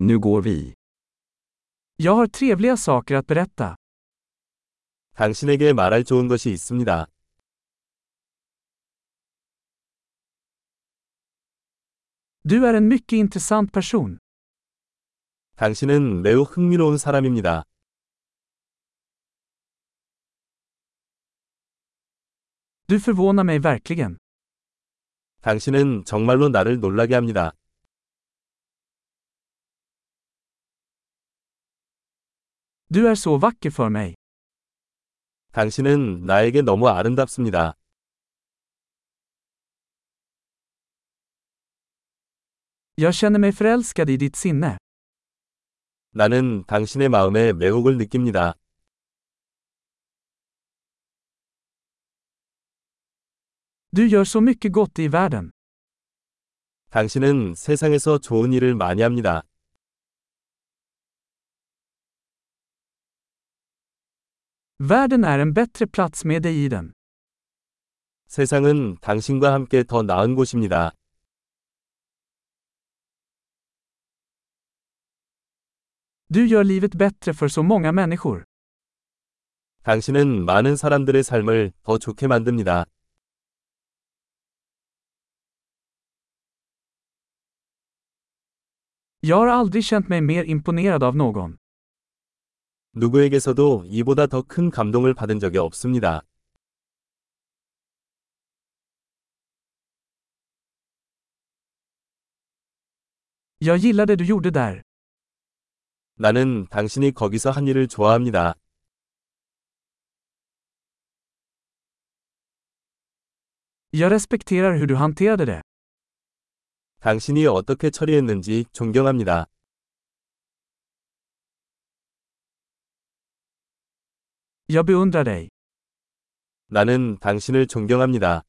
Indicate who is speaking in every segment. Speaker 1: Nu går vi.
Speaker 2: Jag har trevliga saker att berätta.
Speaker 3: 당신에게 말할 좋은 것이 있습니다.
Speaker 2: Du är en mycket intressant person.
Speaker 3: 당신은 매우 흥미로운 사람입니다.
Speaker 2: Du förvånar mig verkligen.
Speaker 3: 당신은 정말로 나를 놀라게 합니다.
Speaker 2: Du är så vacker för mig.
Speaker 3: 당신은 나에게 너무 아름답습니다.
Speaker 2: Jag känner mig förälskad i ditt sinne.
Speaker 3: 나는 당신의 마음에 매혹을 느낍니다.
Speaker 2: Du gör så mycket gott i världen.
Speaker 3: 당신은 세상에서 좋은 일을 많이 합니다.
Speaker 2: Världen är en bättre plats med dig i den.
Speaker 3: 세상은 당신과 함께 더 나은 곳입니다.
Speaker 2: Du gör livet bättre för så många människor.
Speaker 3: 당신은 많은 사람들의 삶을 더 좋게 만듭니다.
Speaker 2: Jag har aldrig känt mig mer imponerad av någon.
Speaker 3: 누구에게서도 이보다 더 큰 감동을 받은 적이 없습니다.
Speaker 2: Jag gillar det du gjorde där.
Speaker 3: 나는 당신이 거기서 한 일을 좋아합니다.
Speaker 2: Jag respekterar hur du hanterade det.
Speaker 3: 당신이 어떻게 처리했는지 존경합니다.
Speaker 2: Jag beundrar dig.
Speaker 3: 나는 당신을 존경합니다.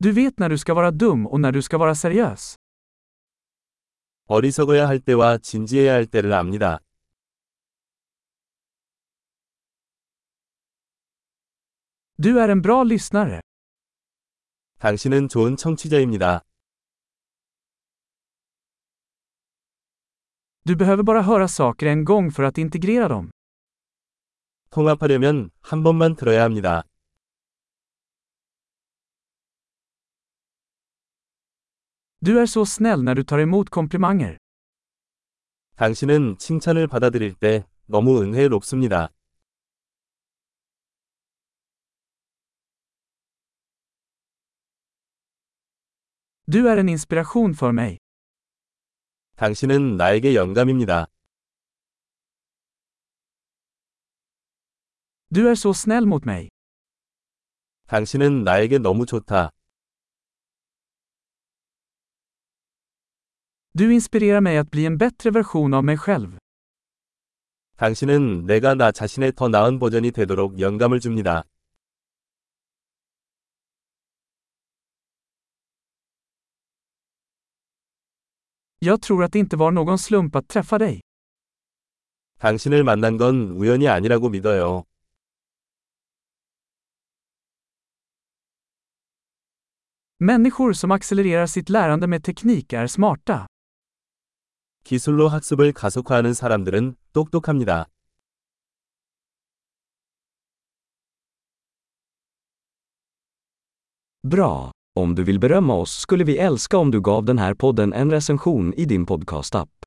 Speaker 2: Du vet när du ska vara dum och när du ska vara seriös.
Speaker 3: 어리석어야 할 때와 진지해야 할 때를 압니다.
Speaker 2: Du är en bra lyssnare.
Speaker 3: 당신은 좋은 청취자입니다.
Speaker 2: Du behöver bara höra saker en gång för att integrera dem.
Speaker 3: 통합하려면 한 번만 들어야 합니다.
Speaker 2: Du är så snäll när du tar emot komplimanger.
Speaker 3: 당신은 칭찬을 받아들일 때 너무 은혜롭습니다.
Speaker 2: Du är en inspiration för mig.
Speaker 3: 당신은 나에게 영감입니다.
Speaker 2: Du är så snäll mot mig.
Speaker 3: 당신은 나에게 너무 좋다.
Speaker 2: Du inspirerar mig att bli en bättre version av mig själv.
Speaker 3: 당신은 내가 나 자신의 더 나은 버전이 되도록 영감을 줍니다.
Speaker 2: Jag tror att det inte var någon slump att träffa dig.
Speaker 3: 당신을 만난 건 우연이 아니라고 믿어요.
Speaker 2: Människor som accelererar sitt lärande med teknik är smarta.
Speaker 3: 기술로 학습을 가속화하는 사람들은 똑똑합니다.
Speaker 1: Bra! Om du vill berömma oss skulle vi älska om du gav den här podden en recension i din podcastapp.